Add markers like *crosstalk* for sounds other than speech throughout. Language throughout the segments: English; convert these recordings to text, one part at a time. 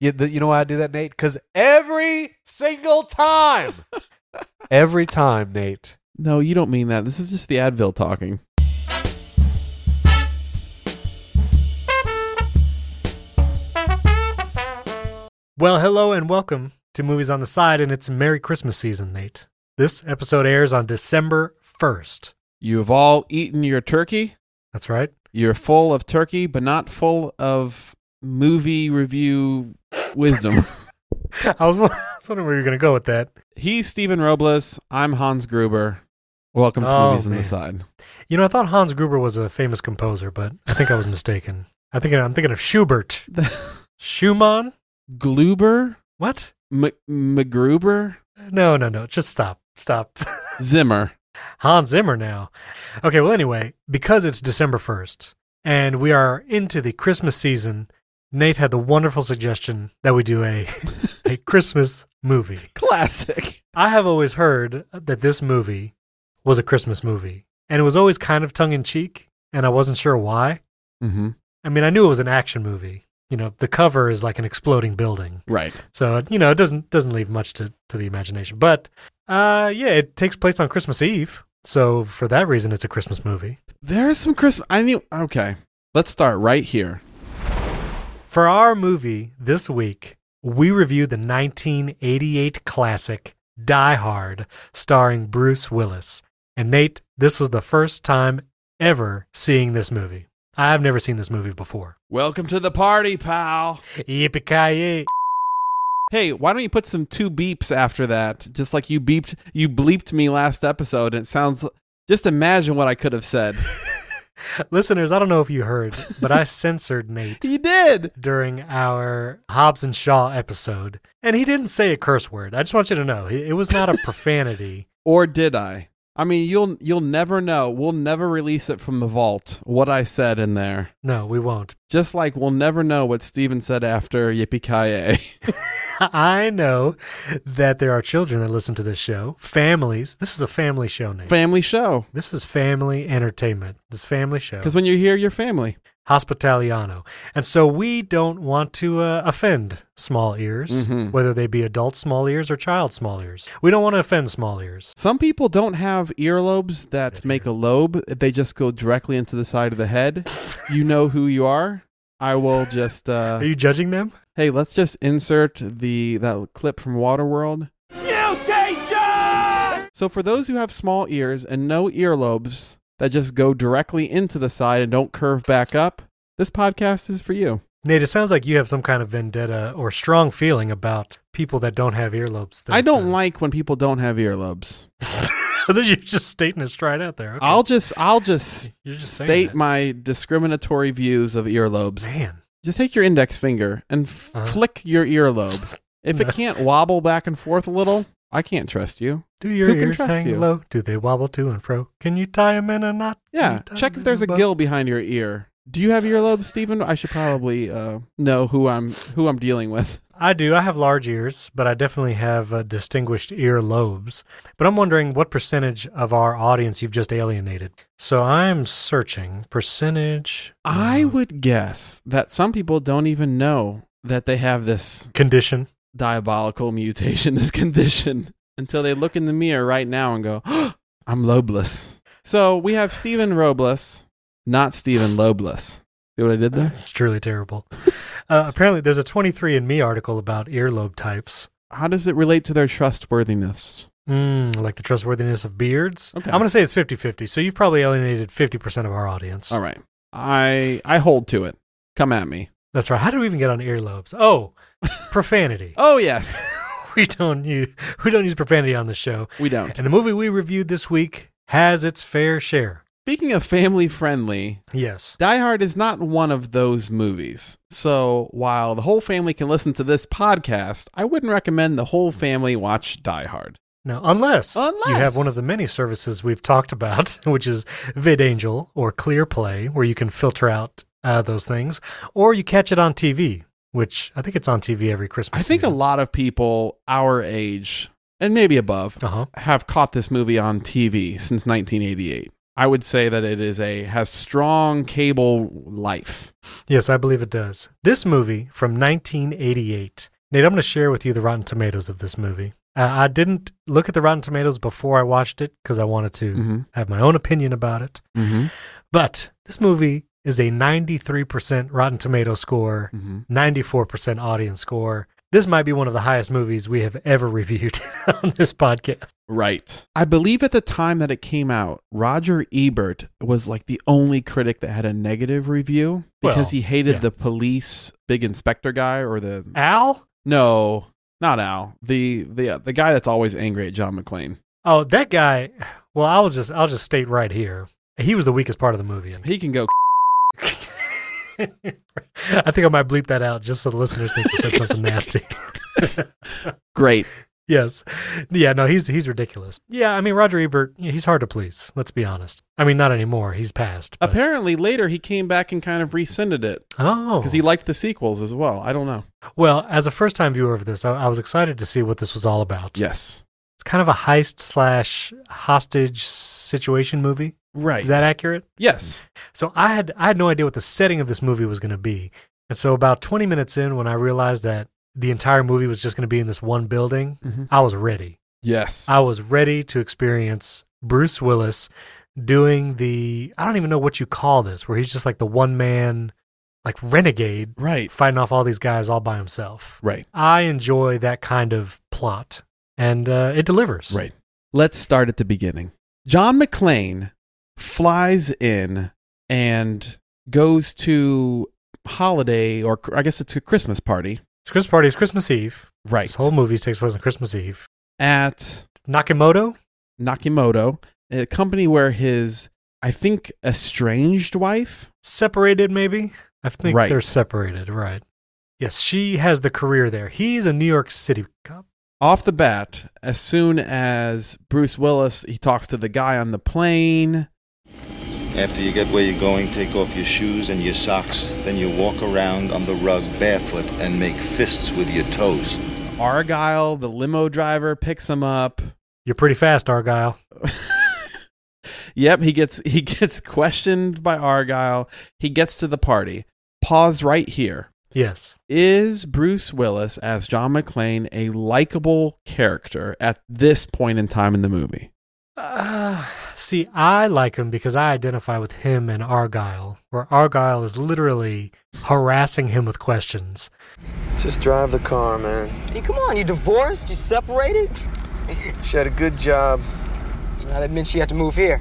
You, the, you know why I do that, Nate? Because every single time, every time, Nate. No, you don't mean that. This is just the Advil talking. Well, hello and welcome to Movies on the Side, and it's Merry Christmas season, Nate. This episode airs on December 1st. You have all eaten your turkey. That's right. *laughs* You're full of turkey, but not full of movie review *laughs* wisdom. I was, wondering- *laughs* I was wondering where you were going to go with that. He's Steven Robles. I'm Hans Gruber. Welcome to Oh, Movies on man. the Side. You know, I thought Hans Gruber was a famous composer, but I think I was mistaken. I think I'm thinking of *laughs* Schubert. Schumann? Gluber, What? M- McGruber, No, no, no. Just stop. Stop. *laughs* Zimmer. Hans Zimmer now. Okay, well, anyway, because it's December 1st and we are into the Christmas season, Nate had the wonderful suggestion that we do a, *laughs* a Christmas movie. Classic. I have always heard that this movie was a Christmas movie, and it was always kind of tongue in cheek, and I wasn't sure why. Mm-hmm. I mean, I knew it was an action movie. You know, the cover is like an exploding building. Right. So, you know, it doesn't doesn't leave much to, to the imagination. But uh yeah, it takes place on Christmas Eve. So for that reason it's a Christmas movie. There is some Christmas. I knew. Okay. Let's start right here. For our movie this week, we review the 1988 classic Die Hard, starring Bruce Willis. And Nate, this was the first time ever seeing this movie. I've never seen this movie before. Welcome to the party, pal. Yippee-ki-yay. Hey, why don't you put some two beeps after that? Just like you beeped, you bleeped me last episode. And it sounds. Just imagine what I could have said. Listeners, I don't know if you heard, but I *laughs* censored Nate *laughs* you did. during our Hobbs and Shaw episode, and he didn't say a curse word. I just want you to know it it was not a *laughs* profanity. Or did I? I mean, you'll you'll never know. We'll never release it from the vault. What I said in there. No, we won't. *laughs* Just like we'll never know what Steven said after Yippee Ki I know that there are children that listen to this show, families. This is a family show, Nate. *laughs* Family show. this is family entertainment. This family show, Because when you're here, you're family. Hospitaliano, and so we don't want to uh, offend small ears, Mhm. whether they be adult small ears or child small ears. We don't want to offend small ears. Some people don't have earlobes that make a lobe. They just go directly into the side of the head. You know who you are. I will just Are uh, you judging them? hey, let's just insert the that clip from Waterworld. Mutation. So for those who have small ears and no earlobes that just go directly into the side and don't curve back up, this podcast is for you. Nate, it sounds like you have some kind of vendetta or strong feeling about people that don't have earlobes. That, I don't *laughs* uh, like when people don't have earlobes. You're just stating it straight out there. Okay. I'll just I'll just You're just saying state that. my discriminatory views of earlobes. man. Just take your index finger and f- Uh-huh. flick your earlobe. *laughs* If it No. can't wobble back and forth a little, I can't trust you. Do your Who can ears trust hang you? low? Do they wobble to and fro? Can you tie them in a knot? Can you Yeah, tie check 'em if in there's a bow? gill behind your ear. Do you have earlobes, Stephen? I should probably uh, know who I'm who I'm dealing with. I do. I have large ears, but I definitely have uh, distinguished ear lobes. But I'm wondering what percentage of our audience you've just alienated. So I'm searching percentage. I of would guess that some people don't even know that they have this condition. diabolical *laughs* mutation, this condition, until they look in the mirror right now and go, *gasps* "I'm lobeless." So we have Stephen Robles, not Stephen Lobeless. See what I did there? It's truly terrible. uh, apparently, there's a 23andMe article about earlobe types. How does it relate to their trustworthiness? Mm, like the trustworthiness of beards. Okay. I'm going to say it's 50 50. So you've probably alienated 50% of our audience. All right. I I hold to it. Come at me. That's right. How do we even get on earlobes? *laughs* Oh, profanity. Oh yes. We don't use we don't use profanity on the show. *laughs* We don't. And the movie we reviewed this week has its fair share. Speaking of family friendly, Yes. Die Hard is not one of those movies. So while the whole family can listen to this podcast, I wouldn't recommend the whole family watch Die Hard. Now, unless, you have Unless. one of the many services we've talked about, *laughs* which is VidAngel or ClearPlay, where you can filter out uh, those things, or you catch it on TV, which I think it's on TV every Christmas. I think a lot of people our age and maybe above Uh huh. have caught this movie on TV since 1988. I would say that it is a has strong cable life. Yes, I believe it does. This movie from 1988. Nate, I'm going to share with you the Rotten Tomatoes of this movie. Uh, I didn't look at the Rotten Tomatoes before I watched it because I wanted to Mm-hmm. have my own opinion about it. Mm-hmm. But this movie is a 93% Rotten Tomato score, Mm-hmm. 94% audience score. This might be one of the highest movies we have ever reviewed *laughs* on this podcast. Right. I believe at the time that it came out, Roger Ebert was like the only critic that had a negative review because Well, he hated yeah. the police big inspector guy or the Al? no, not Al, the the uh, the guy that's always angry at John McClane. Oh, that guy. Well, I'll just I'll just state right here. He was the weakest part of the movie. He can go. *laughs* *laughs* I think I might bleep that out just so the listeners think you said something nasty. Great. *laughs* Uh, yes. Yeah, no, he's he's ridiculous. Yeah, I mean Roger Ebert, he's hard to please, let's be honest. I mean not anymore. He's passed. but- Apparently later he came back and kind of rescinded it oh. because he liked the sequels as well. I don't know. well, as a first time viewer of this, I, I was excited to see what this was all about. Yes. It's kind of a heist slash hostage situation movie. Right. Is that accurate? yes. So I had I had no idea what the setting of this movie was going to be. And so about 20 minutes in when I realized that the entire movie was just going to be in this one building, Mhm. I was ready. Yes. I was ready to experience Bruce Willis doing the I don't even know what you call this where he's just like the one man like renegade right. fighting off all these guys all by himself. Right. I enjoy that kind of plot and uh, it delivers. Right. Let's start at the beginning. John McClane flies in and goes to holiday or I guess it's a Christmas party. It's Christmas party, it's Christmas Eve. Right. This whole movie takes place on Christmas Eve. At Nakamoto? Nakimoto, a company where his I think estranged wife. separated maybe i think Right. they're separated right yes she has the career there he's a new york city cop Off the bat, as soon as Bruce Willis he talks to the guy on the plane. After you get where you're going, take off your shoes and your socks. Then you walk around on the rug barefoot and make fists with your toes. Argyle, the limo driver, picks him up. you're pretty fast argyle Yep, he gets he *laughs* gets questioned by Argyle. He gets to the party. Pause right here. yes Is Bruce Willis as John McClane a likable character at this point in time in the movie? uh, see i like him because i identify with him and argyle where argyle is literally harassing him with questions Just drive the car, man. Hey, come on, you divorced? You separated? She had a good job. Now that meant she had to move here.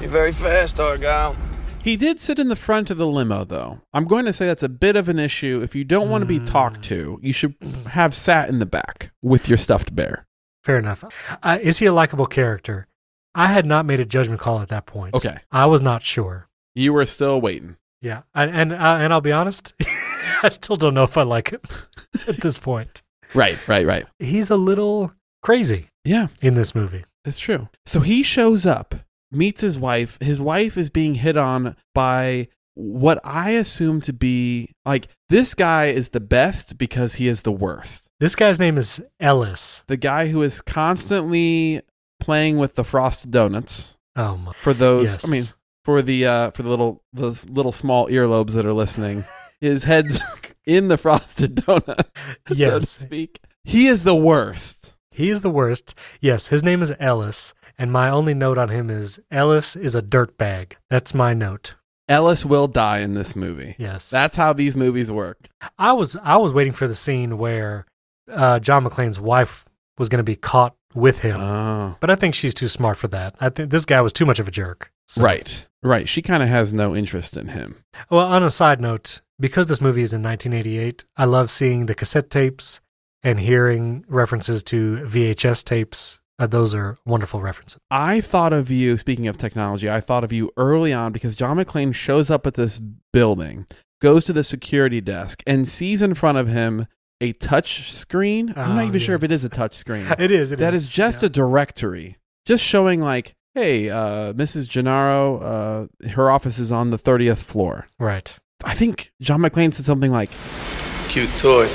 You're very fast, Argyle. He did sit in the front of the limo though. I'm going to say that's a bit of an issue. If you don't want to be talked to, you should have sat in the back with your stuffed bear. fair enough uh, is he a likable character i had not made a judgment call at that point Okay. i was not sure You were still waiting. yeah and and, uh, and i'll be honest *laughs* i still don't know if i like him *laughs* at this point Right, right, right. he's a little crazy Yeah. in this movie. It's true. So he shows up, meets his wife. His wife is being hit on by what I assume to be like this guy is the best because he is the worst. This guy's name is Ellis. The guy who is constantly playing with the frosted donuts Oh my. for those Yes. I mean for the uh for the little the little small earlobes that are listening. His head's *laughs* in the frosted donut, so to Yes. speak. He is the worst. He is the worst. Yes, his name is Ellis, and my only note on him is Ellis is a dirtbag. That's my note. Ellis will die in this movie. Yes. That's how these movies work. I was I was waiting for the scene where uh, John McClane's wife was going to be caught with him. Oh. but I think she's too smart for that. I think this guy was too much of a jerk. So- Right. Right. She kind of has no interest in him. Well, on a side note, because this movie is in 1988, I love seeing the cassette tapes and hearing references to VHS tapes. Uh, those are wonderful references. I thought of you, speaking of technology, I thought of you early on because John McClane shows up at this building, goes to the security desk, and sees in front of him a touch screen. I'm not Oh, even sure if it yes. is a touch screen. *laughs* It is. It that is just yeah. a directory, just showing like, hey, uh, Mrs. Gennaro, uh, her office is on the 30th floor. right. I think John McClane said something like, Cute toy.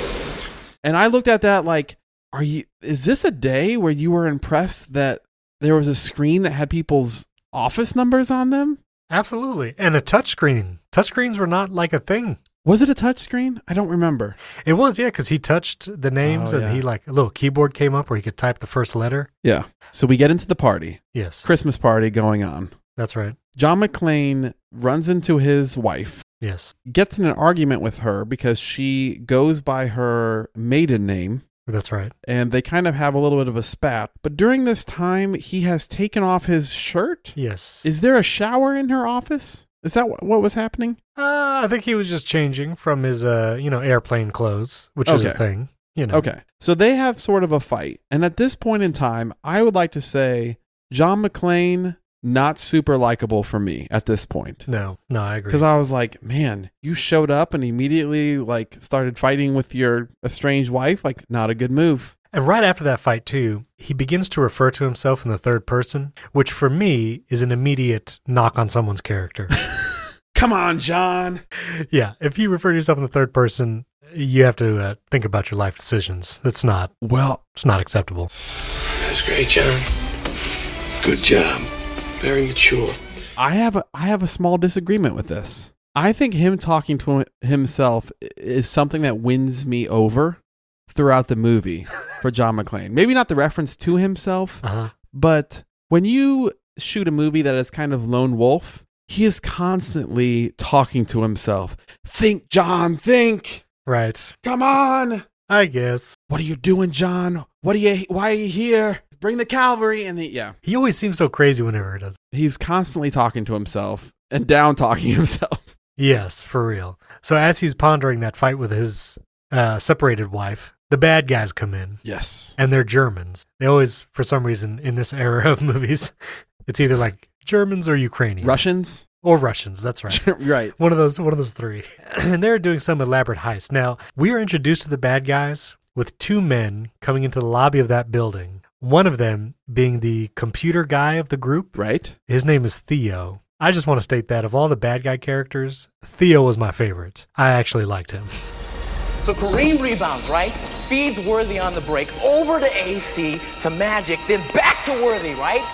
And I looked at that like, are you? Is this a day where you were impressed that there was a screen that had people's office numbers on them? Absolutely. And a touchscreen. Touchscreens were not like a thing. Was it a touchscreen? I don't remember. It was, yeah, because he touched the names Oh, and yeah. he, like, a little keyboard came up where he could type the first letter. Yeah. So we get into the party, Yes. Christmas party going on. That's right. John McClane runs into his wife, Yes. gets in an argument with her because she goes by her maiden name, That's right. and they kind of have a little bit of a spat. But during this time, he has taken off his shirt. Yes. Is there a shower in her office? Is that wh- what was happening? Uh, I think he was just changing from his, uh, you know, airplane clothes, which is a Okay. thing. You know. Okay. So they have sort of a fight. And at this point in time, I would like to say John McClane, not super likable for me at this point. No, no, I agree. Because I was like, man, you showed up and immediately like started fighting with your estranged wife. Like, not a good move. And right after that fight, too, he begins to refer to himself in the third person, which for me is an immediate knock on someone's character. Come on, John. yeah, if you refer to yourself in the third person, you have to uh, think about your life decisions. That's not Well, it's not acceptable. That's great, John. Good job. Very mature. I have a I have a small disagreement with this. I think him talking to himself i- is something that wins me over throughout the movie for John McClane. Maybe not the reference to himself, Uh-huh. but when you shoot a movie that is kind of lone wolf, he is constantly talking to himself. Think, John, think. Right. Come on. I guess What are you doing, John? What are you why are you here? Bring the cavalry and the yeah. he always seems so crazy whenever he does. it. He's constantly talking to himself and down talking *laughs* himself. Yes, for real. So as he's pondering that fight with his uh, separated wife, the bad guys come in, Yes. and they're Germans. They always, for some reason, in this era of *laughs* movies, it's either like Germans or Ukrainians Russians? *laughs* or Russians. That's right. right. One of those, one of those three, *clears throat* and they're doing some elaborate heist. Now we are introduced to the bad guys with two men coming into the lobby of that building. One of them being the computer guy of the group. Right? His name is Theo. I just want to state that of all the bad guy characters, Theo was my favorite. I actually liked him. *laughs* So Kareem rebounds, right? Feeds Worthy on the break, over to AC, to Magic, then back to Worthy, right?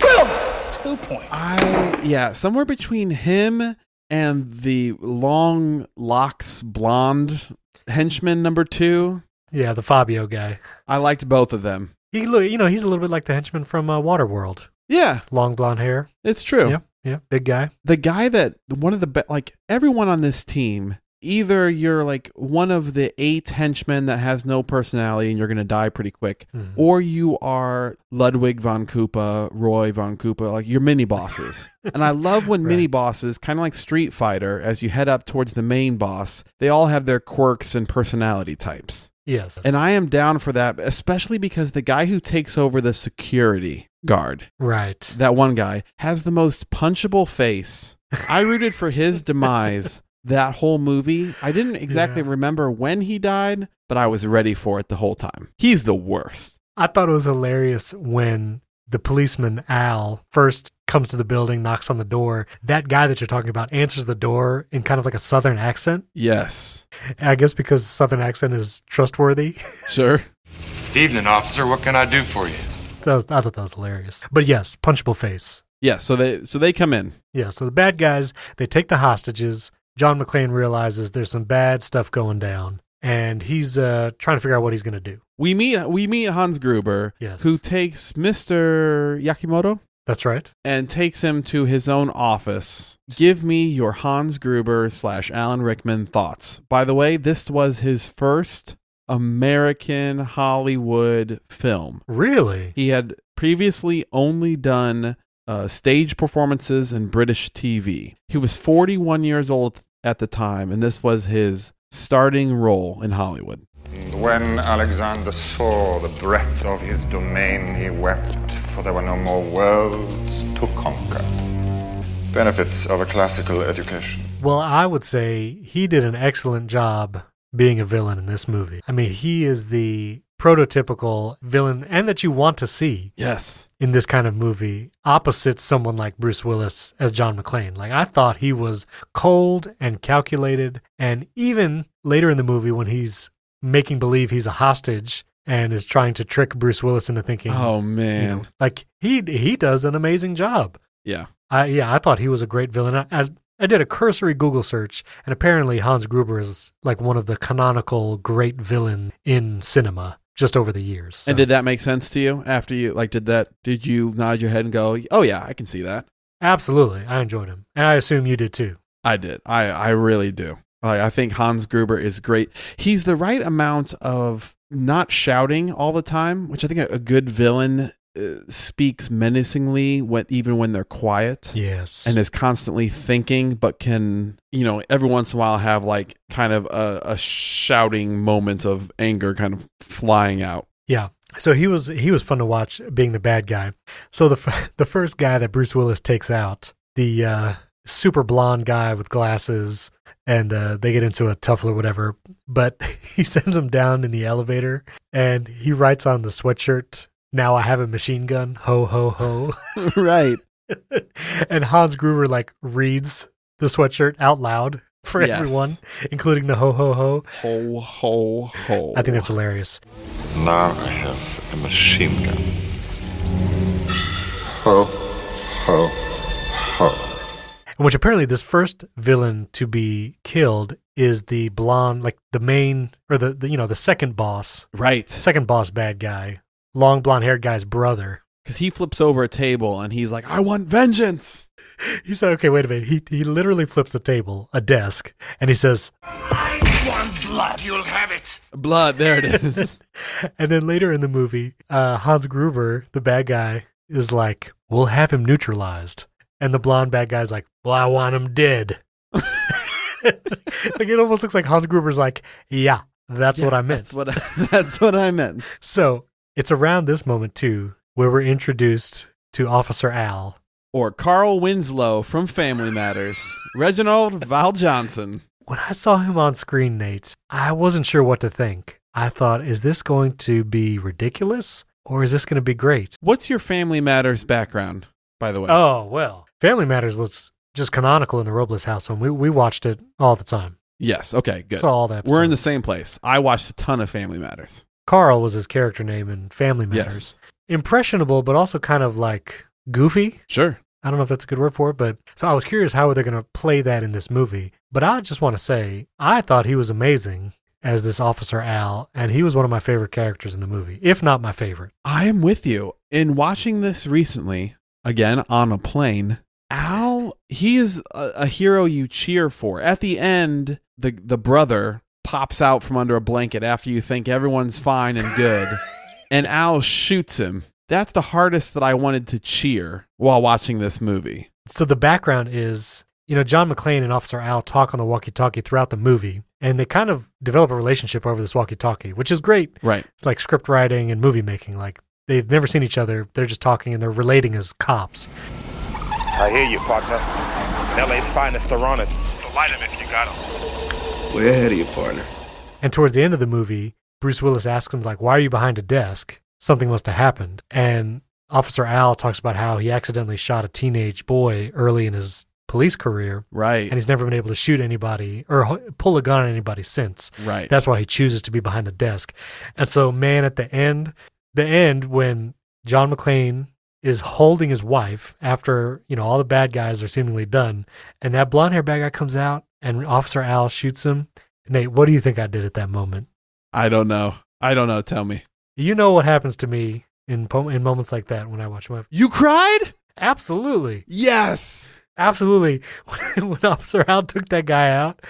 Boom! Two points. I yeah, somewhere between him and the long locks blonde henchman number 2. Yeah, the Fabio guy. I liked both of them. He look, you know, he's a little bit like the henchman from uh, Waterworld. Yeah, Long blonde hair. it's true. Yeah, yeah, big guy. The guy that one of the be- like everyone on this team either you're like one of the eight henchmen that has no personality and you're going to die pretty quick Mhm. or you are Ludwig von Koopa, Roy von Koopa, like your *laughs* mini bosses. and I love when mini Right. bosses, kind of like Street Fighter, as you head up towards the main boss, they all have their quirks and personality types. Yes. And I am down for that, especially because the guy who takes over the security guard, right. that one guy, has the most punchable face. I rooted for his demise that whole movie. I didn't exactly Yeah. remember when he died, but I was ready for it the whole time. He's the worst. I thought it was hilarious when the policeman Al first comes to the building, knocks on the door. That guy that you're talking about answers the door in kind of like a southern accent. Yes. I guess because southern accent is trustworthy. *laughs* Sure. Evening, officer. What can I do for you? that was, I thought that was hilarious. But yes, punchable face. *laughs* Yeah. So they so they come in. Yeah, so the bad guys, they take the hostages. John McClane realizes there's some bad stuff going down, and he's uh, trying to figure out what he's going to do. We meet we meet Hans Gruber, Yes. who takes Mister Yakimoto That's right. and takes him to his own office. Give me your Hans Gruber slash Alan Rickman thoughts. By the way, this was his first American Hollywood film. Really? He had previously only done uh, stage performances in British TV. He was 41 years old at the time, and this was his starting role in Hollywood. When Alexander saw the breadth of his domain, he wept, for there were no more worlds to conquer. Benefits of a classical education. Well, I would say he did an excellent job being a villain in this movie. I mean, he is the prototypical villain and that you want to see Yes. in this kind of movie opposite someone like Bruce Willis as John McClane. Like I thought he was cold and calculated and even later in the movie when he's making believe he's a hostage and is trying to trick Bruce Willis into thinking Oh you know, man. like he he does an amazing job. Yeah. I yeah, I thought he was a great villain. I, I, I did a cursory Google search, and apparently Hans Gruber is like one of the canonical great villain in cinema just over the years. So. And did that make sense to you after you like did that? Did you nod your head and go, "Oh yeah, I can see that." absolutely, I enjoyed him, and I assume you did too. I did. I I really do. Like I think Hans Gruber is great. He's the right amount of not shouting all the time, which I think a, a good villain uh, speaks menacingly when even when they're quiet. Yes, and is constantly thinking, but can, you know, every once in a while have like kind of a, a shouting moment of anger kind of flying out. *laughs* Yeah. So he was he was fun to watch being the bad guy. So the f- *laughs* the first guy that Bruce Willis takes out, the uh, super blonde guy with glasses, and uh, they get into a tussle or whatever. But *laughs* he sends him down in the elevator, and he writes on the sweatshirt, "Now I have a machine gun." Ho ho ho! *laughs* right. and Hans Gruber like reads the sweatshirt out loud for Yes. everyone, including the ho ho ho. Ho, ho, ho. I think that's hilarious. Now I have a machine gun. Ho, ho, ho. which apparently this first villain to be killed is the blonde like the main or the, the you know the second boss Right. second boss bad guy long blonde haired guy's brother *laughs* Because he flips over a table and he's like, I want vengeance. he said okay wait a minute he, he literally flips a table a desk and he says *laughs* Blood. There it is. and then later in the movie uh, hans gruber the bad guy is like we'll have him neutralized and the blonde bad guy's like well i want him dead *laughs* like it almost looks like hans gruber's like yeah that's what i meant that's, what I, *laughs* that's what I meant. So it's around this moment too where we're introduced to Officer Al. Or Carl Winslow from *laughs* Family Matters, Reginald Val Johnson. When I saw him on screen, Nate, I wasn't sure what to think. I thought, is this going to be ridiculous or is this going to be great? What's your Family Matters background, by the way? Oh, well. Family Matters was just canonical in the Robles household. We, we watched it all the time. Yes. Okay. Good. Saw all the We're in the episodes. same place. I watched a ton of Family Matters. Carl was his character name in Family Matters. Yes. Impressionable, but also kind of like goofy. Sure. I don't know if that's a good word for it, but so I was curious how they're going to play that in this movie. But I just want to say I thought he was amazing as this officer Al, and he was one of my favorite characters in the movie, if not my favorite. I am with you. In watching this recently, again on a plane, Al, he is a, a hero you cheer for. At the end, the the brother pops out from under a blanket after you think everyone's fine *laughs* and good, and Al shoots him. That's the hardest that I wanted to cheer while watching this movie. So the background is, you know, John McClane and Officer Al talk on the walkie-talkie throughout the movie, and they kind of develop a relationship over this walkie-talkie, which is great. Right. It's like script writing and movie making. Like they've never seen each other; they're just talking and they're relating as cops. I hear you, partner. LA's finest are on it. So light 'em if you got 'em. Way ahead of you, partner. And towards the end of the movie, Bruce Willis asks him like, "Why are you behind a desk? Something must have happened." And Officer Al talks about how he accidentally shot a teenage boy early in his police career, Right. and he's never been able to shoot anybody or ho- pull a gun on anybody since. right. That's why he chooses to be behind the desk. And so, man, at the end, the end when John McClane is holding his wife after you know all the bad guys are seemingly done, and that blonde hair bad guy comes out and Officer Al shoots him. Nate, what do you think I did at that moment? I don't know. I don't know. Tell me. You know what happens to me in po- in moments like that when I watch my You cried? absolutely, Yes. absolutely. *laughs* When, when Officer Al took that guy out,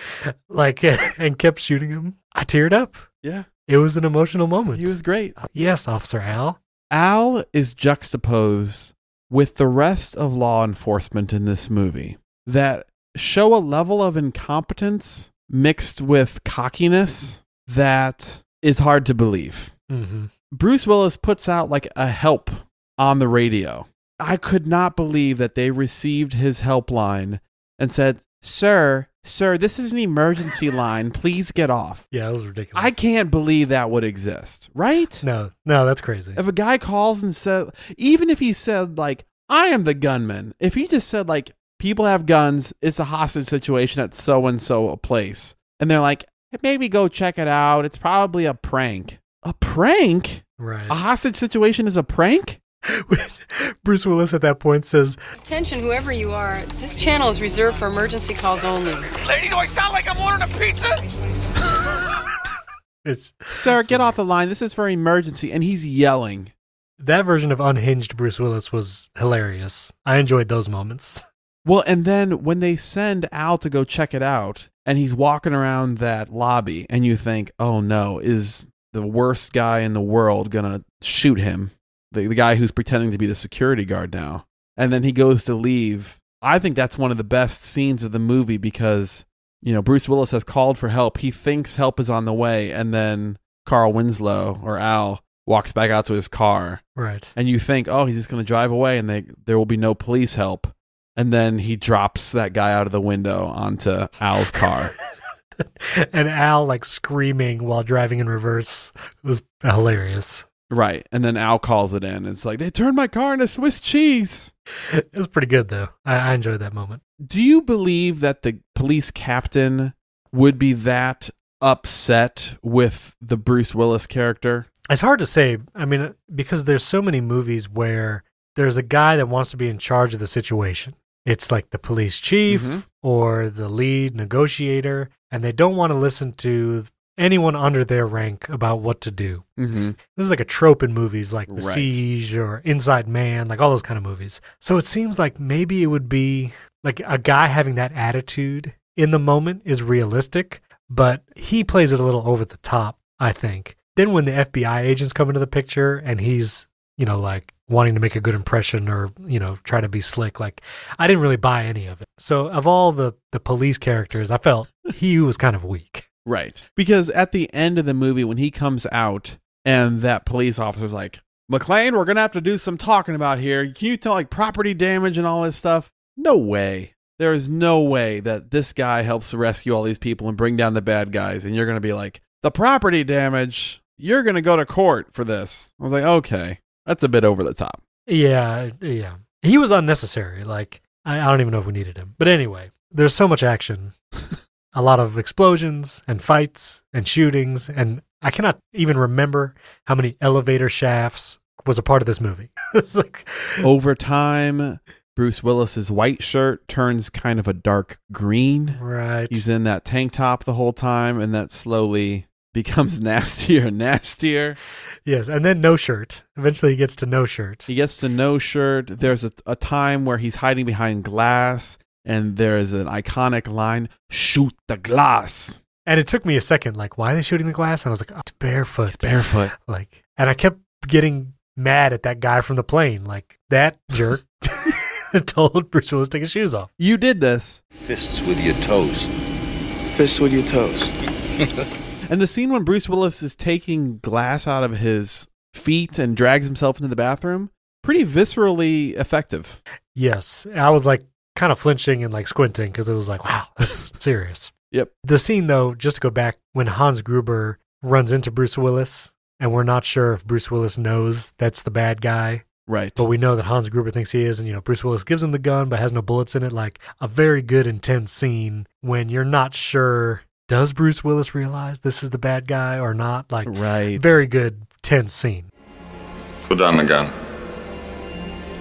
like *laughs* and kept shooting him, I teared up. Yeah. It was an emotional moment. He was great. yes, Officer Al. Al is juxtaposed with the rest of law enforcement in this movie that show a level of incompetence mixed with cockiness that is hard to believe. Mm-hmm. Bruce Willis puts out like a help on the radio. I could not believe that they received his helpline and said, Sir, sir, this is an emergency line. Please get off. Yeah, it was ridiculous. I can't believe that would exist, right? No, no, that's crazy. If a guy calls and says, even if he said, like, I am the gunman, if he just said, like, people have guns, it's a hostage situation at so and so a place, and they're like, maybe go check it out. It's probably a prank. A prank? Right. *laughs* A hostage situation is a prank? Bruce Willis at that point says, Attention, whoever you are, this channel is reserved for emergency calls only. Lady, do I sound like I'm ordering a pizza? it's Sir, get off the line. This is for emergency. And he's yelling. that version of unhinged Bruce Willis was hilarious. I enjoyed those moments. *laughs* Well, and then when they send Al to go check it out, and he's walking around that lobby, and you think, oh no, is the worst guy in the world going to shoot him? The, the guy who's pretending to be the security guard now. And then he goes to leave. I think that's one of the best scenes of the movie because, you know, Bruce Willis has called for help. He thinks help is on the way. And then Carl Winslow or Al walks back out to his car Right. and you think, oh, he's just going to drive away, and they there will be no police help. And then he drops that guy out of the window onto Al's car. And Al like screaming while driving in reverse was hilarious. right. And then Al calls it in. It's like, they turned my car into Swiss cheese. It was pretty good though. I, I enjoyed that moment. Do you believe that the police captain would be that upset with the Bruce Willis character? It's hard to say. I mean, uh, because there's so many movies where there's a guy that wants to be in charge of the situation. It's like the police chief Mhm. or the lead negotiator, and they don't want to listen to anyone under their rank about what to do. Mm-hmm. This is like a trope in movies like The Right. Siege or Inside Man, like all those kind of movies. So it seems like maybe it would be like a guy having that attitude in the moment is realistic, but he plays it a little over the top, I think. Then when the FBI agents come into the picture and he's, you know, like wanting to make a good impression or, you know, try to be slick, like I didn't really buy any of it. So of all the the police characters, I felt he was kind of weak. Right. Because at the end of the movie, when he comes out and that police officer's like, McLean, we're going to have to do some talking about here. Can you tell like property damage and all this stuff? No way. There is no way that this guy helps rescue all these people and bring down the bad guys. And you're going to be like, the property damage, you're going to go to court for this. I was like, okay, that's a bit over the top. Yeah, yeah. He was unnecessary. Like I, I don't even know if we needed him. But anyway, there's so much action, a lot of explosions and fights and shootings, and I cannot even remember how many elevator shafts was a part of this movie. *laughs* it's like over time, Bruce Willis's white shirt turns kind of a dark green. right. He's in that tank top the whole time, and that slowly *laughs* becomes nastier and nastier. yes, and then no shirt. Eventually, he gets to no shirt. He gets to no shirt. There's a, a time where he's hiding behind glass, and there is an iconic line shoot the glass. And it took me a second. Like, why are they shooting the glass? And I was like, oh, it's barefoot. Barefoot. Like, and I kept getting mad at that guy from the plane. Like that *laughs* jerk *laughs* told Bruce Willis to take his shoes off. You did this. Fists with your toes. Fist with your toes. And the scene when Bruce Willis is taking glass out of his feet and drags himself into the bathroom, pretty viscerally effective. Yes, I was like kind of flinching and like squinting because it was like, wow, *laughs* that's serious. Yep. The scene though, just to go back when Hans Gruber runs into Bruce Willis, and we're not sure if Bruce Willis knows that's the bad guy, Right. but we know that Hans Gruber thinks he is, and you know Bruce Willis gives him the gun but has no bullets in it. Like a very good intense scene when you're not sure does Bruce Willis realize this is the bad guy or not. Like Right. very good tense scene. Put down the gun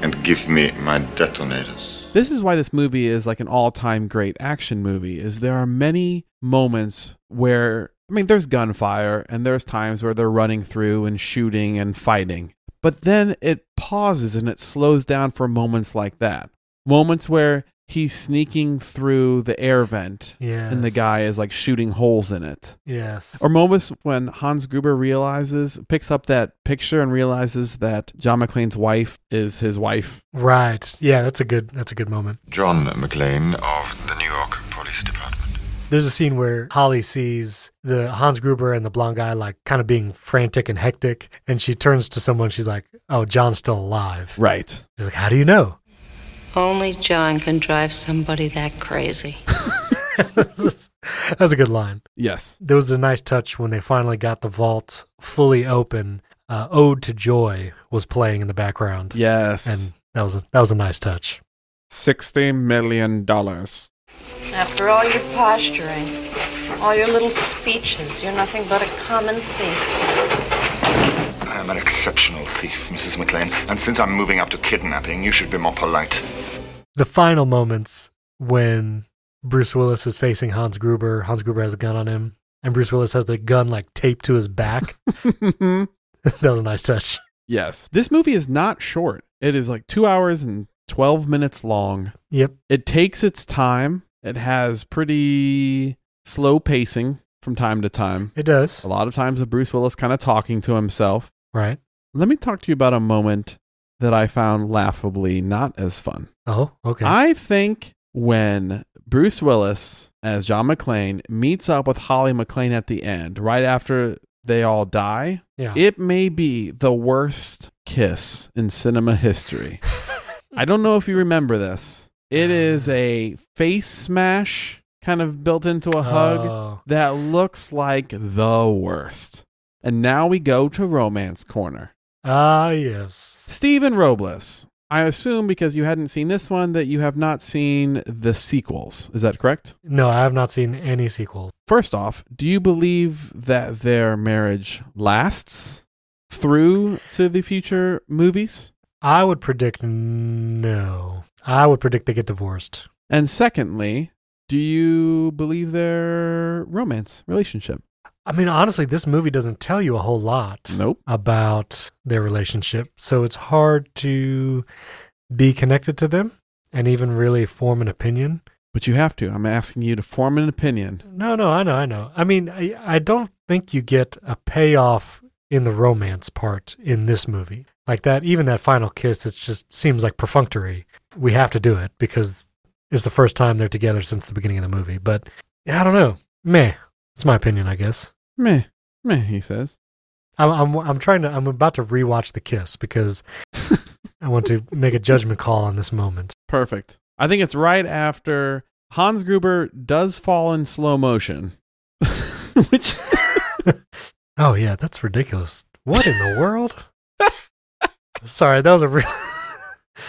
and give me my detonators. This is why this movie is like an all-time great action movie is there are many moments where I mean there's gunfire and there's times where they're running through and shooting and fighting. But then it pauses and it slows down for moments like that. Moments where he's sneaking through the air vent Yeah, and the guy is like shooting holes in it. Yes. Or moments when Hans Gruber realizes picks up that picture and realizes that John McClane's wife is his wife right. Yeah, that's a good that's a good moment. John McLean of the New York Police Department. There's a scene where Holly sees the Hans Gruber and the blonde guy like kind of being frantic and hectic, and she turns to someone. She's like, "Oh, John's still alive." Right. She's like, "How do you know?" *laughs* Only John can drive somebody that crazy. that's a good line. Yes. There was a nice touch when they finally got the vault fully open. Uh, "Ode to Joy" was playing in the background, Yes. and that was a, that was a nice touch. sixty million dollars. After all your posturing, all your little speeches, you're nothing but a common thief. I am an exceptional thief, Mrs. McLean, and since I'm moving up to kidnapping, you should be more polite. the final moments when Bruce Willis is facing Hans Gruber. Hans Gruber has a gun on him, and Bruce Willis has the gun like taped to his back. *laughs* that was a nice touch. Mm-hmm. Yes. This movie is not short. It is like two hours and 12 minutes long. Yep. It takes its time. It has pretty slow pacing from time to time. It does. A lot of times, the Bruce Willis kind of talking to himself. Right. Let me talk to you about a moment that I found laughably not as fun. Oh, okay. I think when Bruce Willis as John McClane meets up with Holly McClane at the end, right after they all die, Yeah. it may be the worst kiss in *laughs* cinema history. I don't know if you remember this. It is a face smash kind of built into a hug Oh. that looks like the worst. And now we go to Romance Corner. Ah, yes. Steven Robles. I assume because you hadn't seen this one that you have not seen the sequels. Is that correct? No, I have not seen any sequels. First off, do you believe that their marriage lasts through to the future movies? I would predict no. I would predict they get divorced. And secondly, do you believe their romance relationship? I mean, honestly, this movie doesn't tell you a whole lot Nope. about their relationship, so it's hard to be connected to them and even really form an opinion. But you have to. I'm asking you to form an opinion. No, no, I know, I know. I mean, I, I don't think you get a payoff in the romance part in this movie. Like that, even that final kiss, it just seems like perfunctory. We have to do it because it's the first time they're together since the beginning of the movie. But yeah, I don't know. Meh. It's my opinion, I guess. Meh. Meh, he says. I'm, I'm, I'm trying to, I'm about to rewatch the kiss because I want to make a judgment call on this moment. Perfect. I think it's right after Hans Gruber does fall in slow motion, *laughs* which Oh, yeah, that's ridiculous. What in the world? *laughs* Sorry, that was a real *laughs*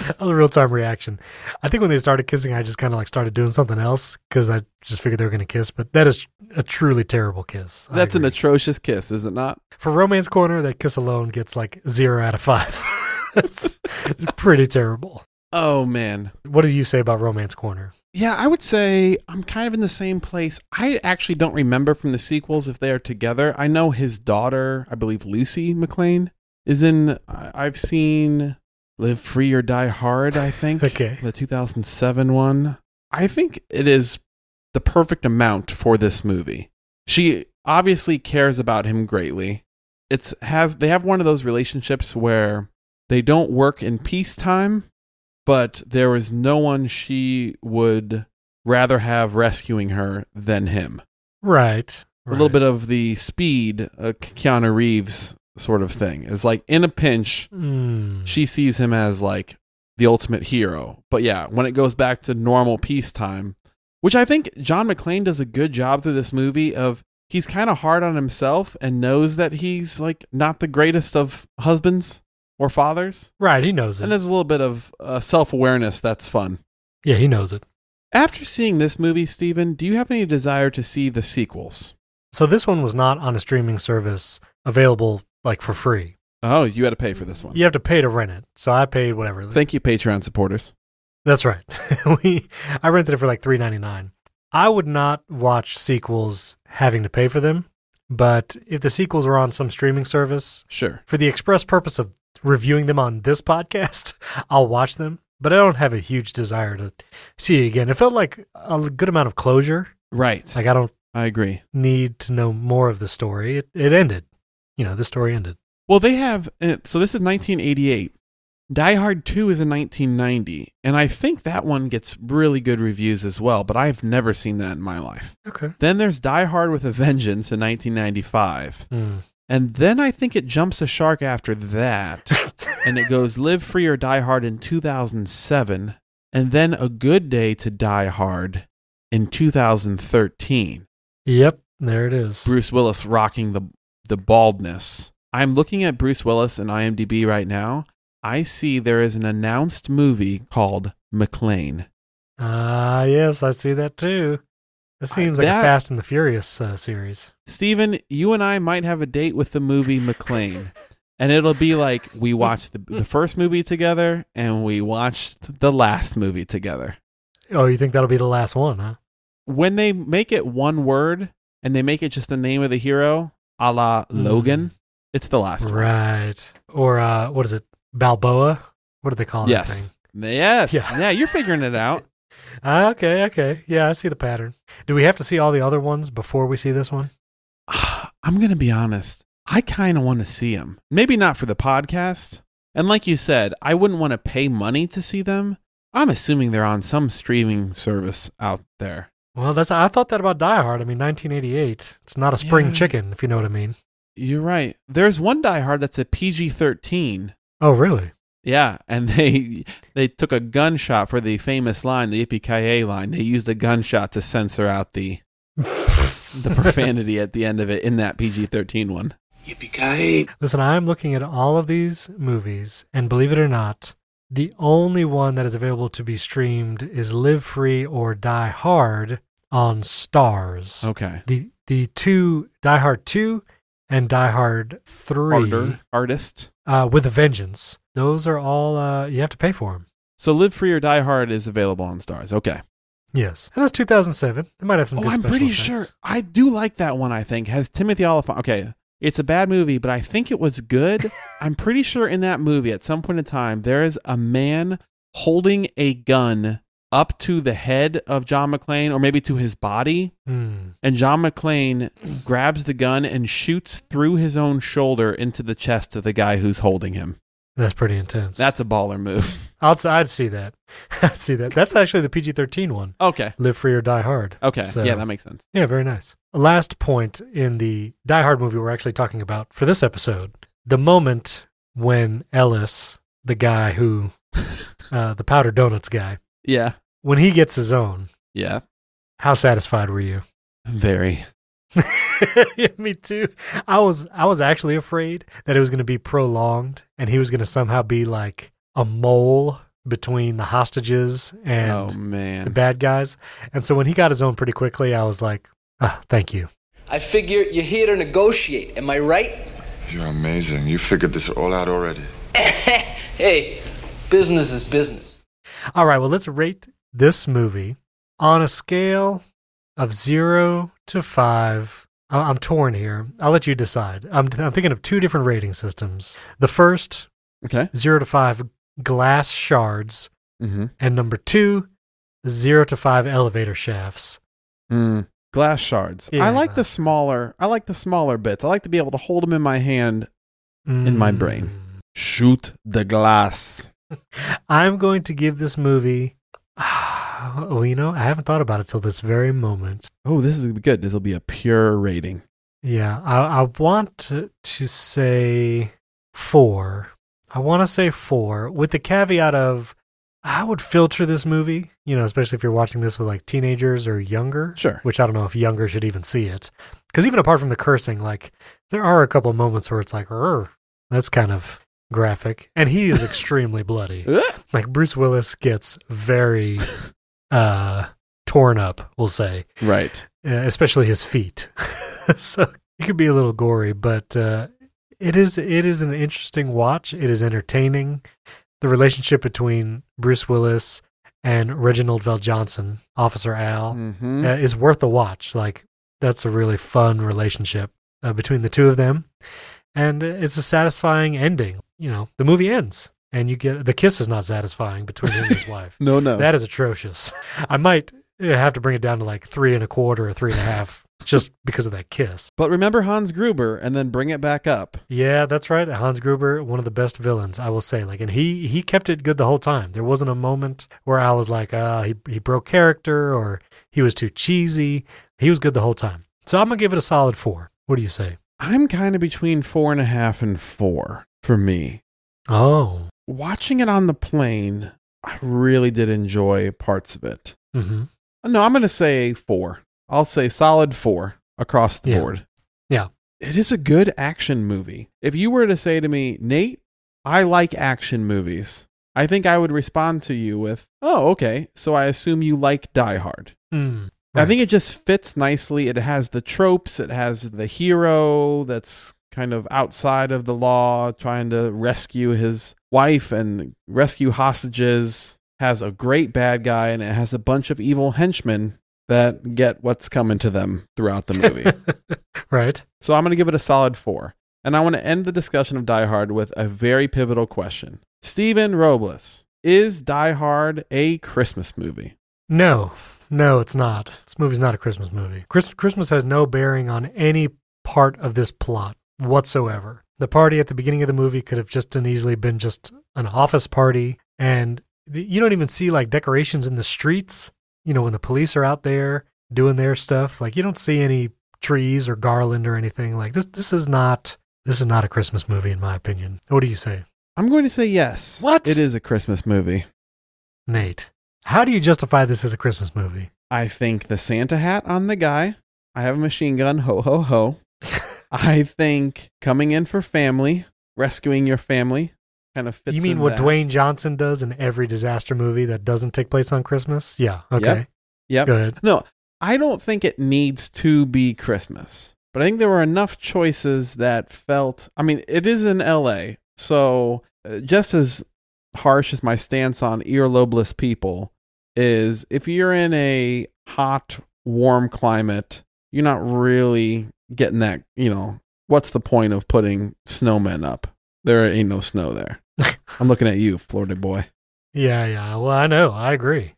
that was a real time reaction. I think when they started kissing, I just kind of like started doing something else because I just figured they were going to kiss. But that is a truly terrible kiss. I that's an agree. atrocious kiss, is it not? for romance corner. That kiss alone gets like zero out of five. *laughs* that's pretty terrible. Oh man. What do you say about romance corner? Yeah, I would say I'm kind of in the same place. I actually don't remember from the sequels if they are together. I know his daughter, I believe Lucy McLean, is in. I- I've seen Live Free or Die Hard. I think Okay. the 2007 one. I think it is the perfect amount for this movie. She obviously cares about him greatly. It's has they have one of those relationships where they don't work in peacetime, but there was no one she would rather have rescuing her than him. Right, A little bit of the speed, uh, Keanu Reeves sort of thing. Is like in a pinch, Mm, she sees him as like the ultimate hero. But yeah, when it goes back to normal peacetime, which I think John McClane does a good job through this movie of he's kind of hard on himself and knows that he's like not the greatest of husbands or fathers. right, he knows And it. there's a little bit of uh, self awareness that's fun. Yeah, he knows it. After seeing this movie, Steven, do you have any desire to see the sequels? So this one was not on a streaming service available like for free. Oh, you had to pay for this one. You have to pay to rent it. So I paid whatever. Thank you, Patreon supporters. That's right. *laughs* we I rented it for like three ninety nine. I would not watch sequels having to pay for them, but if the sequels were on some streaming service Sure. for the express purpose of reviewing them on this *laughs* podcast, I'll watch them. But I don't have a huge desire to see it again. It felt like a good amount of closure. Right. Like I don't I agree. need to know more of the story. It, it ended. You know, the story ended. Well, they have. uh, So this is 1988. Die Hard 2 is in 1990. And I think that one gets really good reviews as well, but I've never seen that in my life. Okay. Then there's Die Hard with a Vengeance in 1995. Hmm. And then I think it jumps a shark after that. and it goes Live Free or Die Hard in 2007. And then A Good Day to Die Hard in 2013. Yep. There it is. Bruce Willis rocking the the baldness. I'm looking at Bruce Willis and IMDb right now. I see there is an announced movie called McLean. Ah, yes, I see that too. That I- seems like that- a Fast and the Furious uh, series. Steven, you and I might have a date with the movie McLean. and it'll be like we watched the, the first movie together and we watched the last movie together. Oh, you think that'll be the last one, huh? When they make it one word and they make it just the name of the hero, a la Logan, it's the last one. Right. Or uh, what is it? Balboa? What do they call that Yes. thing? Yes. Yeah. Yeah. you're figuring it out. Ah, okay, okay. Yeah, I see the pattern. Do we have to see all the other ones before we see this one? I'm going to be honest. I kind of want to see them. Maybe not for the podcast. And like you said, I wouldn't want to pay money to see them. I'm assuming they're on some streaming service out there. Well, that's I thought that about Die Hard. I mean, 1988. It's not a spring Yeah. chicken, if you know what I mean. You're right. There's one Die Hard that's a PG 13. Oh, really? Yeah, and *laughs* they they took a gunshot for the famous line, the Yippee Ki line. They used a gunshot to censor out the the profanity at the end of it in that PG thirteen one. Yippee-ki-yay. Listen, I'm looking at all of these movies, and believe it or not, the only one that is available to be streamed is Live Free or Die Hard on Stars. Okay, The the two Die Hard two and Die Hard three Harder artist. uh, with a vengeance. Those are all uh, you have to pay for them. So Live Free or Die Hard is available on Stars. Okay. Yes, and that's 2007. It might have some. Oh, good I'm special pretty effects. sure I do like that one. I think has Timothy Oliphant. Okay, it's a bad movie, but I think it *laughs* was good. I'm pretty sure in that movie, at some point in time, there is a man holding a gun up to the head of John McClane, or maybe to his body, Hmm. and *clears throat* John McClane grabs the gun and shoots through his own shoulder into the chest of the guy who's holding him. that's pretty intense. That's a baller move. *laughs* I'll, I'd see that. *laughs* I'd see that. That's actually the PG-13 one. Okay. Live Free or Die Hard. Okay. So- yeah, that makes sense. Yeah, very nice. Last point in the Die Hard movie we're actually talking about for this episode the moment when Ellis, the guy who, *laughs* uh, the powder donuts guy, Yeah. when he gets his own, Yeah. how satisfied were you? *laughs* Very. yeah, me too. I was I was actually afraid that it was going to be prolonged and he was going to somehow be like a mole between the hostages and oh the man. bad guys. And so when he got his own pretty quickly, I was like, ah, thank you. *laughs* I figure you're here to negotiate. Am I right? *laughs* You're amazing. You figured this all out already. hey, business is business. All right, well, let's rate this movie on a scale of zero to five. I- I'm torn here. I'll let you decide. I'm, I'm thinking of two different rating systems. The first, Okay. zero to five glass shards, Mm-hmm. and number two, zero to five elevator shafts. Mm. Glass shards. Yeah, I like the glass. smaller. I like the smaller bits. I like to be able to hold them in my hand. In my brain. Mm. Shoot the glass. I'm going to give this movie. *sighs* well, you know, I haven't thought about it till this very moment. Oh, this is good. This will be a pure rating. *laughs* Yeah, I, I want to, to say four. I want to say four with the caveat of I would filter this movie, you know, especially if you're watching this with like teenagers or younger. Sure. Which I don't know if younger should even see it. Because even apart from the cursing, like there are a couple of moments where it's like, "Rrr," that's kind of graphic. And he is extremely bloody. Ugh. Like Bruce Willis gets very uh, torn up, we'll say right. uh, especially his feet. *laughs* so it could be a little gory, but uh, it is it is an interesting watch. It is entertaining. The relationship between Bruce Willis and Reginald Vell Johnson, Officer Al, Mm-hmm. uh, is worth a watch. Like that's a really fun relationship uh, between the two of them, and it's a satisfying ending. You know, the movie ends, and you get the kiss is not satisfying between him and his wife. No, no. That is atrocious. I might uh, have to bring it down to like three and a quarter or three and a half *laughs* just because of that kiss. but remember Hans Gruber, and then bring it back up. Yeah, that's right. Hans Gruber, one of the best villains, I will say. Like, and he he kept it good the whole time. There wasn't a moment where I was like, uh, he he broke character or he was too cheesy. He was good the whole time. So I'm gonna give it a solid four. What do you say? I'm kind of between four and a half and four for me. Oh, Watching it on the plane, I really did enjoy parts of it. hmm No, I'm going to say four. I'll say solid four across the Yeah. board. Yeah. It is a good action movie. If you were to say to me, Nate, I like action movies, I think I would respond to you with, oh, okay. So I assume you like Die Hard. mm, I think right. it just fits nicely. It has the tropes, it has the hero that's kind of outside of the law, trying to rescue his wife and rescue hostages, has a great bad guy, and it has a bunch of evil henchmen that get what's coming to them throughout *laughs* the movie. right? So I'm going to give it a solid four. And I want to end the discussion of Die Hard with a very pivotal question. Steven Robles, is Die Hard a Christmas movie? No, no, it's not. This movie's not a Christmas movie. Christ- Christmas has no bearing on any part of this plot whatsoever. The party at the beginning of the movie could have just and easily been just an office party, and th- you don't even see like decorations in the streets. You know, when the police are out there doing their stuff, like you don't see any trees or garland or anything like this. This is not this is not a Christmas movie, in my opinion. What do you say, I'm going to say yes. What? It is a Christmas movie. Nate? How do you justify this as a Christmas movie? I think the Santa hat on the guy. I have a machine gun. Ho, ho, *laughs* ho. I think coming in for family, rescuing your family kind of fits you mean in what that. Dwayne Johnson does in every disaster movie that doesn't take place on Christmas? Yeah. Okay. Yep. Go ahead. No, I don't think it needs to be Christmas, but I think there were enough choices that felt. I mean, it is in LA, so uh, just as harsh as my stance on earlobeless people is, if you're in a hot, warm climate, you're not really getting that. You know, what's the point of putting snowmen up? There ain't no snow there. I'm looking at you, Florida boy. *laughs* Yeah, yeah. Well, I know. I agree.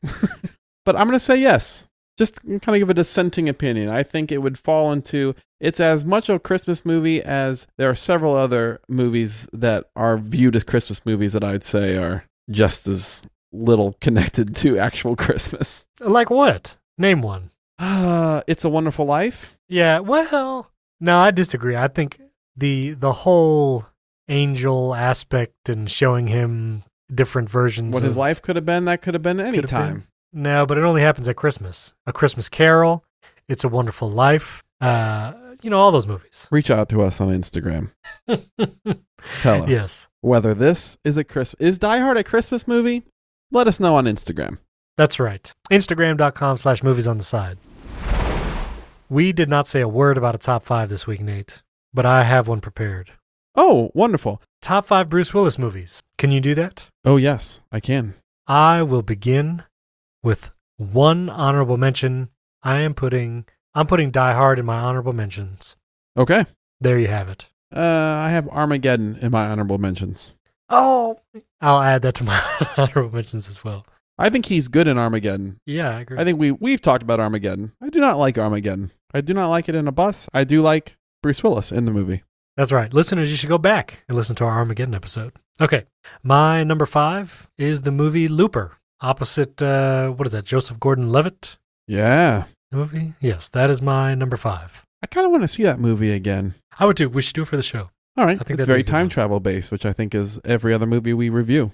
but I'm going to say yes. Just kind of give a dissenting opinion. I think it would fall into it's as much a Christmas movie as there are several other movies that are viewed as Christmas movies that I'd say are just as little connected *laughs* to actual Christmas. *sighs* Like what? Name one. Uh, it's a Wonderful Life. Yeah. Well, no, I disagree. I think the the whole angel aspect and showing him different versions What his of- life could have been, that could have been any Could have been. time. No, but it only happens at Christmas. A Christmas Carol, It's a Wonderful Life, uh, you know, all those movies. *laughs* Reach out to us on Instagram. Tell us Yes. whether this is a Christmas is Die Hard a Christmas movie. Let us know on Instagram. That's right. Instagram.com slash movies on the side. We did not say a word about a top five this week, Nate, but I have one prepared. Oh, wonderful. Top five Bruce Willis movies. Can you do that? Oh yes, I can. I will begin with one honorable mention. I am putting I'm putting Die Hard in my honorable mentions. Okay. There you have it. Uh, I have Armageddon in my honorable mentions. Oh, I'll add that to my *laughs* honorable mentions as well. I think he's good in Armageddon. Yeah, I agree. I think we we've talked about Armageddon. I do not like Armageddon. I do not like it in a bus. I do like Bruce Willis in the movie. That's right. Listeners, you should go back and listen to our Armageddon episode. Okay. My number five is the movie Looper, opposite, uh, what is that, Joseph Gordon Levitt Yeah, movie? Yes, that is my number five. I kind of want to see that movie again. I would do, we should do it for the show. *laughs* I All right, I think that'd think be it's a very good time one. travel based, which I think is every other movie we review.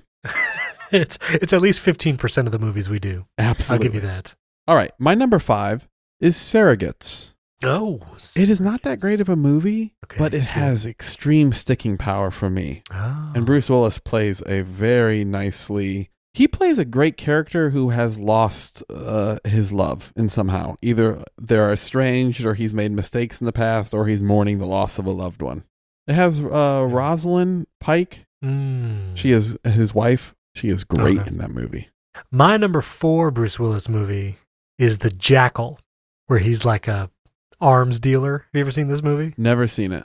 It's it's at least 15% of the movies we do. Absolutely. I'll give you that. All right, my number five is Surrogates. Oh, It is not that great of a movie, Okay, but it good. has extreme sticking power for me. Oh. And Bruce Willis plays a very nicely. He plays a great character who has lost uh, his love in somehow. Either they're estranged, or he's made mistakes in the past, or he's mourning the loss of a loved one. It has uh, Rosalind Pike. Mm. She is his wife. She is great Okay. in that movie. My number four Bruce Willis movie is The Jackal, where he's like a arms dealer. Have you ever seen this movie? Never seen it.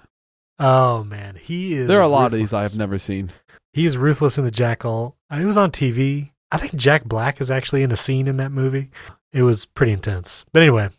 Oh, man. He is. There are a lot of these I ruthless. have never seen. He's ruthless in the Jackal. Uh, It was on TV. I think Jack Black is actually in a scene in that movie. It was pretty intense. But anyway,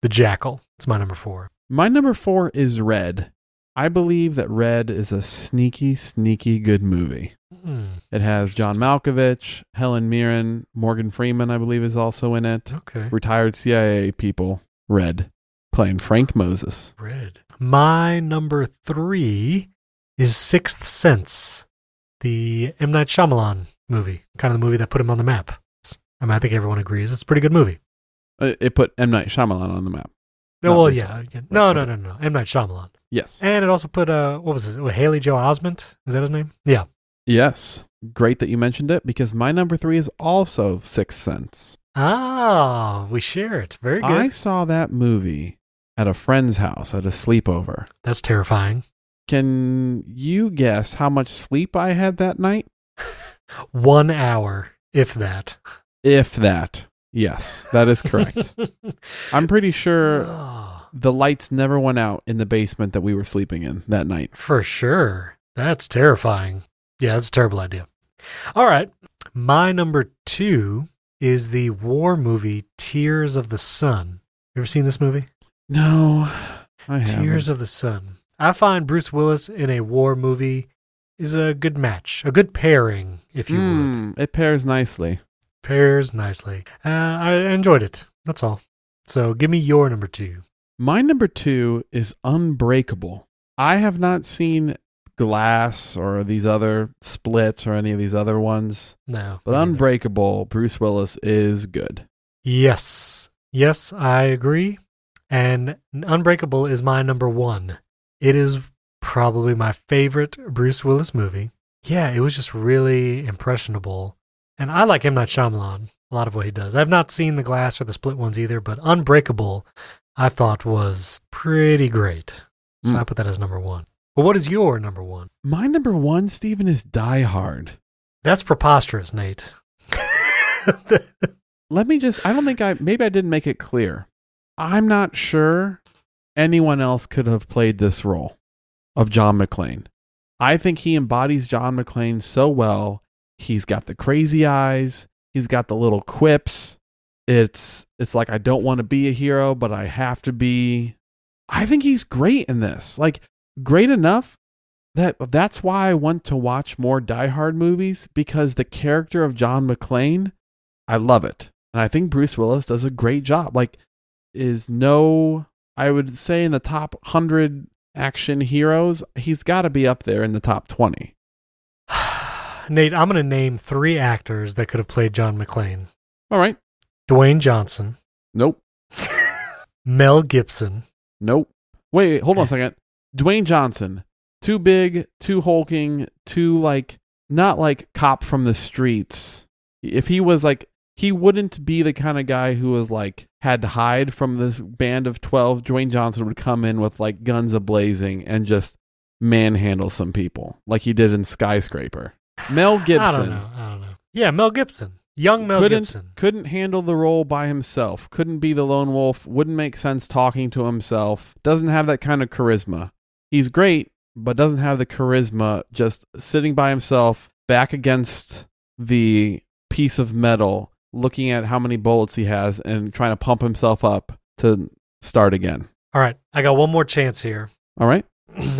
the Jackal. It's my number four. My number four is Red. I believe that Red is a sneaky, sneaky good movie. Hmm, It has John Malkovich, Helen Mirren, Morgan Freeman, I believe, is also in it. okay. Retired CIA people, Red, playing Frank Moses. Red. My number three is Sixth Sense, the M Night Shyamalan movie, kind of the movie that put him on the map. I mean, I think everyone agrees it's a pretty good movie. Uh, It put M. Night Shyamalan on the map. Not well, Bruce yeah, Willis. yeah. No, Right, no, okay. no, no. M Night Shyamalan, Yes. and it also put uh, what was his? Oh, Haley Joe Osment is that his name? Yeah. Yes. Great that you mentioned it because my number three is also Sixth Sense. Ah, we share it. Very good. I saw that movie at a friend's house at a sleepover. That's terrifying. Can you guess how much sleep I had that night? One hour, if that. If that. Yes, that *laughs* is correct. I'm pretty sure Ah, the lights never went out in the basement that we were sleeping in that night. For sure. That's terrifying. Yeah, that's a terrible idea. All right. My number two is the war movie Tears of the Sun. You ever seen this movie? No, I haven't. Tears of the Sun. I find Bruce Willis in a war movie is a good match, a good pairing, if you will. Mm, It pairs nicely. Pairs nicely. Uh, I enjoyed it. That's all. So give me your number two. My number two is Unbreakable. I have not seen Glass or these other splits or any of these other ones, No. but Unbreakable, Bruce Willis is good. Yes. Yes, I agree. And Unbreakable is my number one. It is probably my favorite Bruce Willis movie. Yeah, it was just really impressionable. And I like M. Night Shyamalan, a lot of what he does. I've not seen the Glass or the Split ones either, but Unbreakable I thought was pretty great. So Mm. I put that as number one. But what is your number one? My number one, Steven, is Die Hard. That's preposterous, Nate. Let me just, I don't think I, maybe I didn't make it clear. I'm not sure anyone else could have played this role of John McClane. I think he embodies John McClane so well. He's got the crazy eyes, he's got the little quips. It's it's like I don't want to be a hero, but I have to be. I think he's great in this. Like great enough that that's why I want to watch more Die Hard movies because the character of John McClane I love it. And I think Bruce Willis does a great job. Like, is no, I would say in the top 100 action heroes, he's got to be up there in the top 20. Nate, I'm going to name three actors that could have played John McClane All right. Dwayne Johnson, Nope. Mel Gibson. Nope. Wait, wait Eh. hold on a second. Dwayne Johnson, too big, too hulking, too like, not like cop from the streets. If he was like, he wouldn't be the kind of guy who was like, had to hide from this band of 12. Dwayne Johnson would come in with like guns ablazing and just manhandle some people like he did in Skyscraper. Mel Gibson I don't know. I don't know. Yeah, Mel Gibson. Young Mel couldn't Gibson. couldn't handle the role by himself. Couldn't be the lone wolf. Wouldn't make sense talking to himself. Doesn't have that kind of charisma. He's great, but doesn't have the charisma. Just sitting by himself, back against the piece of metal, looking at how many bullets he has, and trying to pump himself up to start again. All right. I got one more chance here. *clears throat* All right.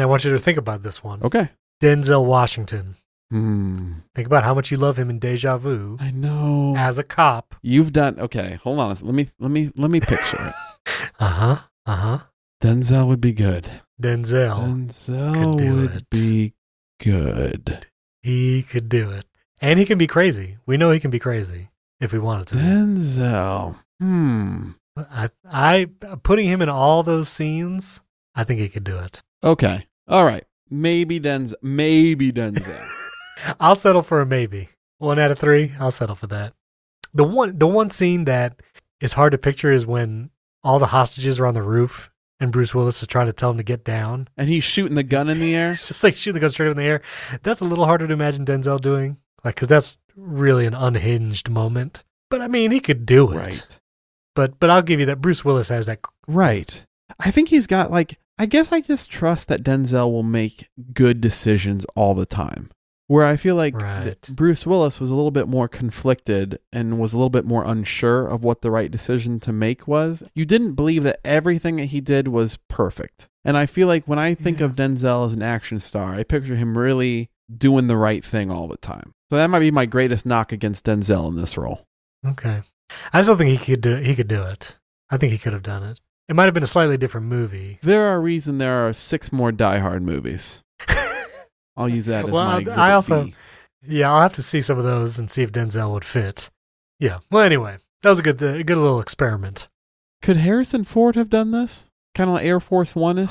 I want you to think about this one. Okay. Denzel Washington. Hmm. Think about how much you love him in Deja Vu I know. as a cop. You've done okay. Hold on. a s- Let me let me let me picture it. Uh Uh-huh, huh. Uh huh. *laughs* Denzel would be good. Denzel. could Denzel do would it. be good. He could do it. And he can be crazy. We know he can be crazy if we wanted to. be. Denzel. Hmm. I, I putting him in all those scenes, I think he could do it. Okay. All right. Maybe Denzel. *laughs* Maybe Denzel. I'll settle for a maybe. One out of three. I'll settle for that. The one, the one scene that is hard to picture is when all the hostages are on the roof and Bruce Willis is trying to tell them to get down. *laughs* and he's shooting the gun in the air. It's just like shooting the gun straight up in the air. That's a little harder to imagine Denzel doing, like because that's really an unhinged moment. But I mean, he could do it. But but I'll give you that. Bruce Willis has that. Right. I think he's got like. I guess I just trust that Denzel will make good decisions all the time. Where I feel like th- Right. Bruce Willis was a little bit more conflicted and was a little bit more unsure of what the right decision to make was. You didn't believe that everything that he did was perfect. And I feel like when I think of Denzel as an action star, I picture him really doing the right thing all the time. So that might be my greatest knock against Denzel in this role. Okay, I still think he could do. He could do it. I think he could have done it. It might have been a slightly different movie. There are reason there are six more Die *laughs* Hard movies. I'll use that as Well, I- my I exhibit also- B. Yeah, I'll have to see some of those and see if Denzel would fit. Yeah. Well, anyway, that was a good, a good little experiment. Could Harrison Ford have done this? Kind of like Air Force One is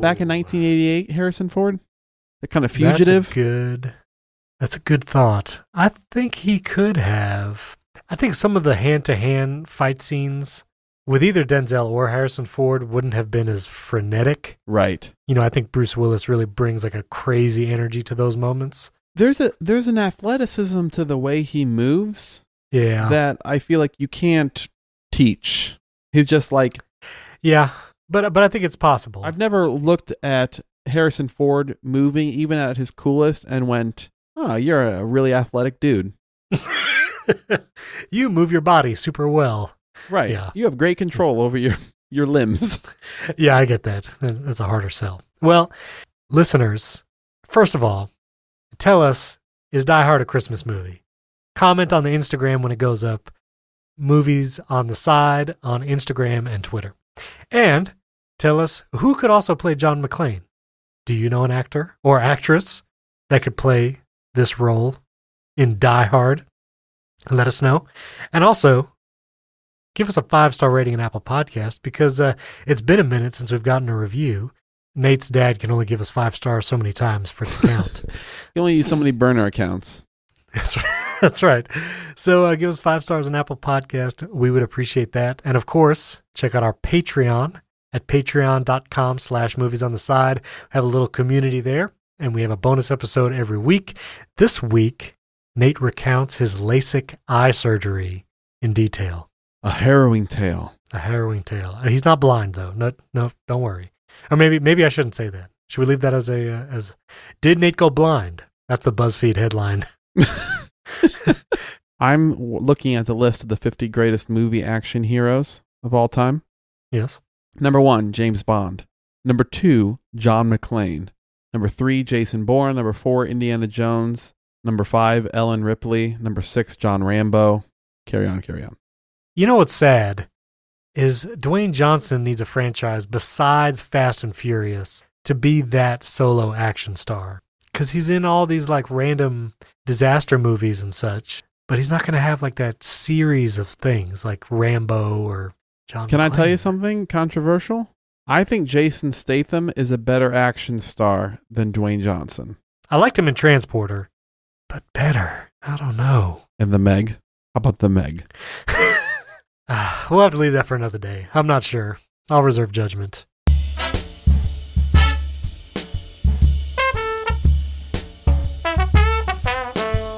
back in Oh. 1988. Harrison Ford, the kind of That's fugitive. a good. That's a good thought. I think he could have. I think some of the hand-to-hand fight scenes with either Denzel or Harrison Ford wouldn't have been as frenetic. Right. You know, I think Bruce Willis really brings like a crazy energy to those moments. There's a there's an athleticism to the way he moves Yeah. that I feel like you can't teach. He's just like yeah. But but I think it's possible. I've never looked at Harrison Ford moving even at his coolest and went, "Oh, you're a really athletic dude." *laughs* you move your body super well. Right. Yeah. You have great control over your your limbs. *laughs* Yeah, I get that. That- That's a harder sell. Well, listeners, first of all, tell us is Die Hard a Christmas movie? Comment on the Instagram when it goes up. Movies on the side on Instagram and Twitter. And tell us who could also play John McClane. Do you know an actor or actress that could play this role in Die Hard? Let us know. And also, give us a five star rating in Apple Podcast because uh, it's been a minute since we've gotten a review. Nate's dad can only give us five stars so many times for it to count. You only use so many burner accounts. That's right. *laughs* That's right. So uh, give us five stars on Apple Podcast. We would appreciate that. And of course, check out our Patreon at patreon.com slash movies on the side. We have a little community there, and we have a bonus episode every week. This week, Nate recounts his LASIK eye surgery in detail. A harrowing tale. A harrowing tale. Uh, He's not blind though. No, no, don't worry. Or maybe, maybe I shouldn't say that. Should we leave that as a uh, as? Did Nate go blind? That's the BuzzFeed headline. *laughs* I'm w- looking at the list of the 50 greatest movie action heroes of all time. Yes. Number one, James Bond. Number two, John McClane. Number three, Jason Bourne. Number four, Indiana Jones. Number five, Ellen Ripley. Number six, John Rambo. Carry on, carry on. You know what's sad is Dwayne Johnson needs a franchise besides Fast and Furious to be that solo action star because he's in all these like random disaster movies and such. But he's not going to have like that series of things like Rambo or John. Can I tell you McClane. something controversial? I think Jason Statham is a better action star than Dwayne Johnson I liked him in Transporter, but better. I don't know. and the Meg. How about the Meg? Ah, we'll have to leave that for another day. I'm not sure. I'll reserve judgment.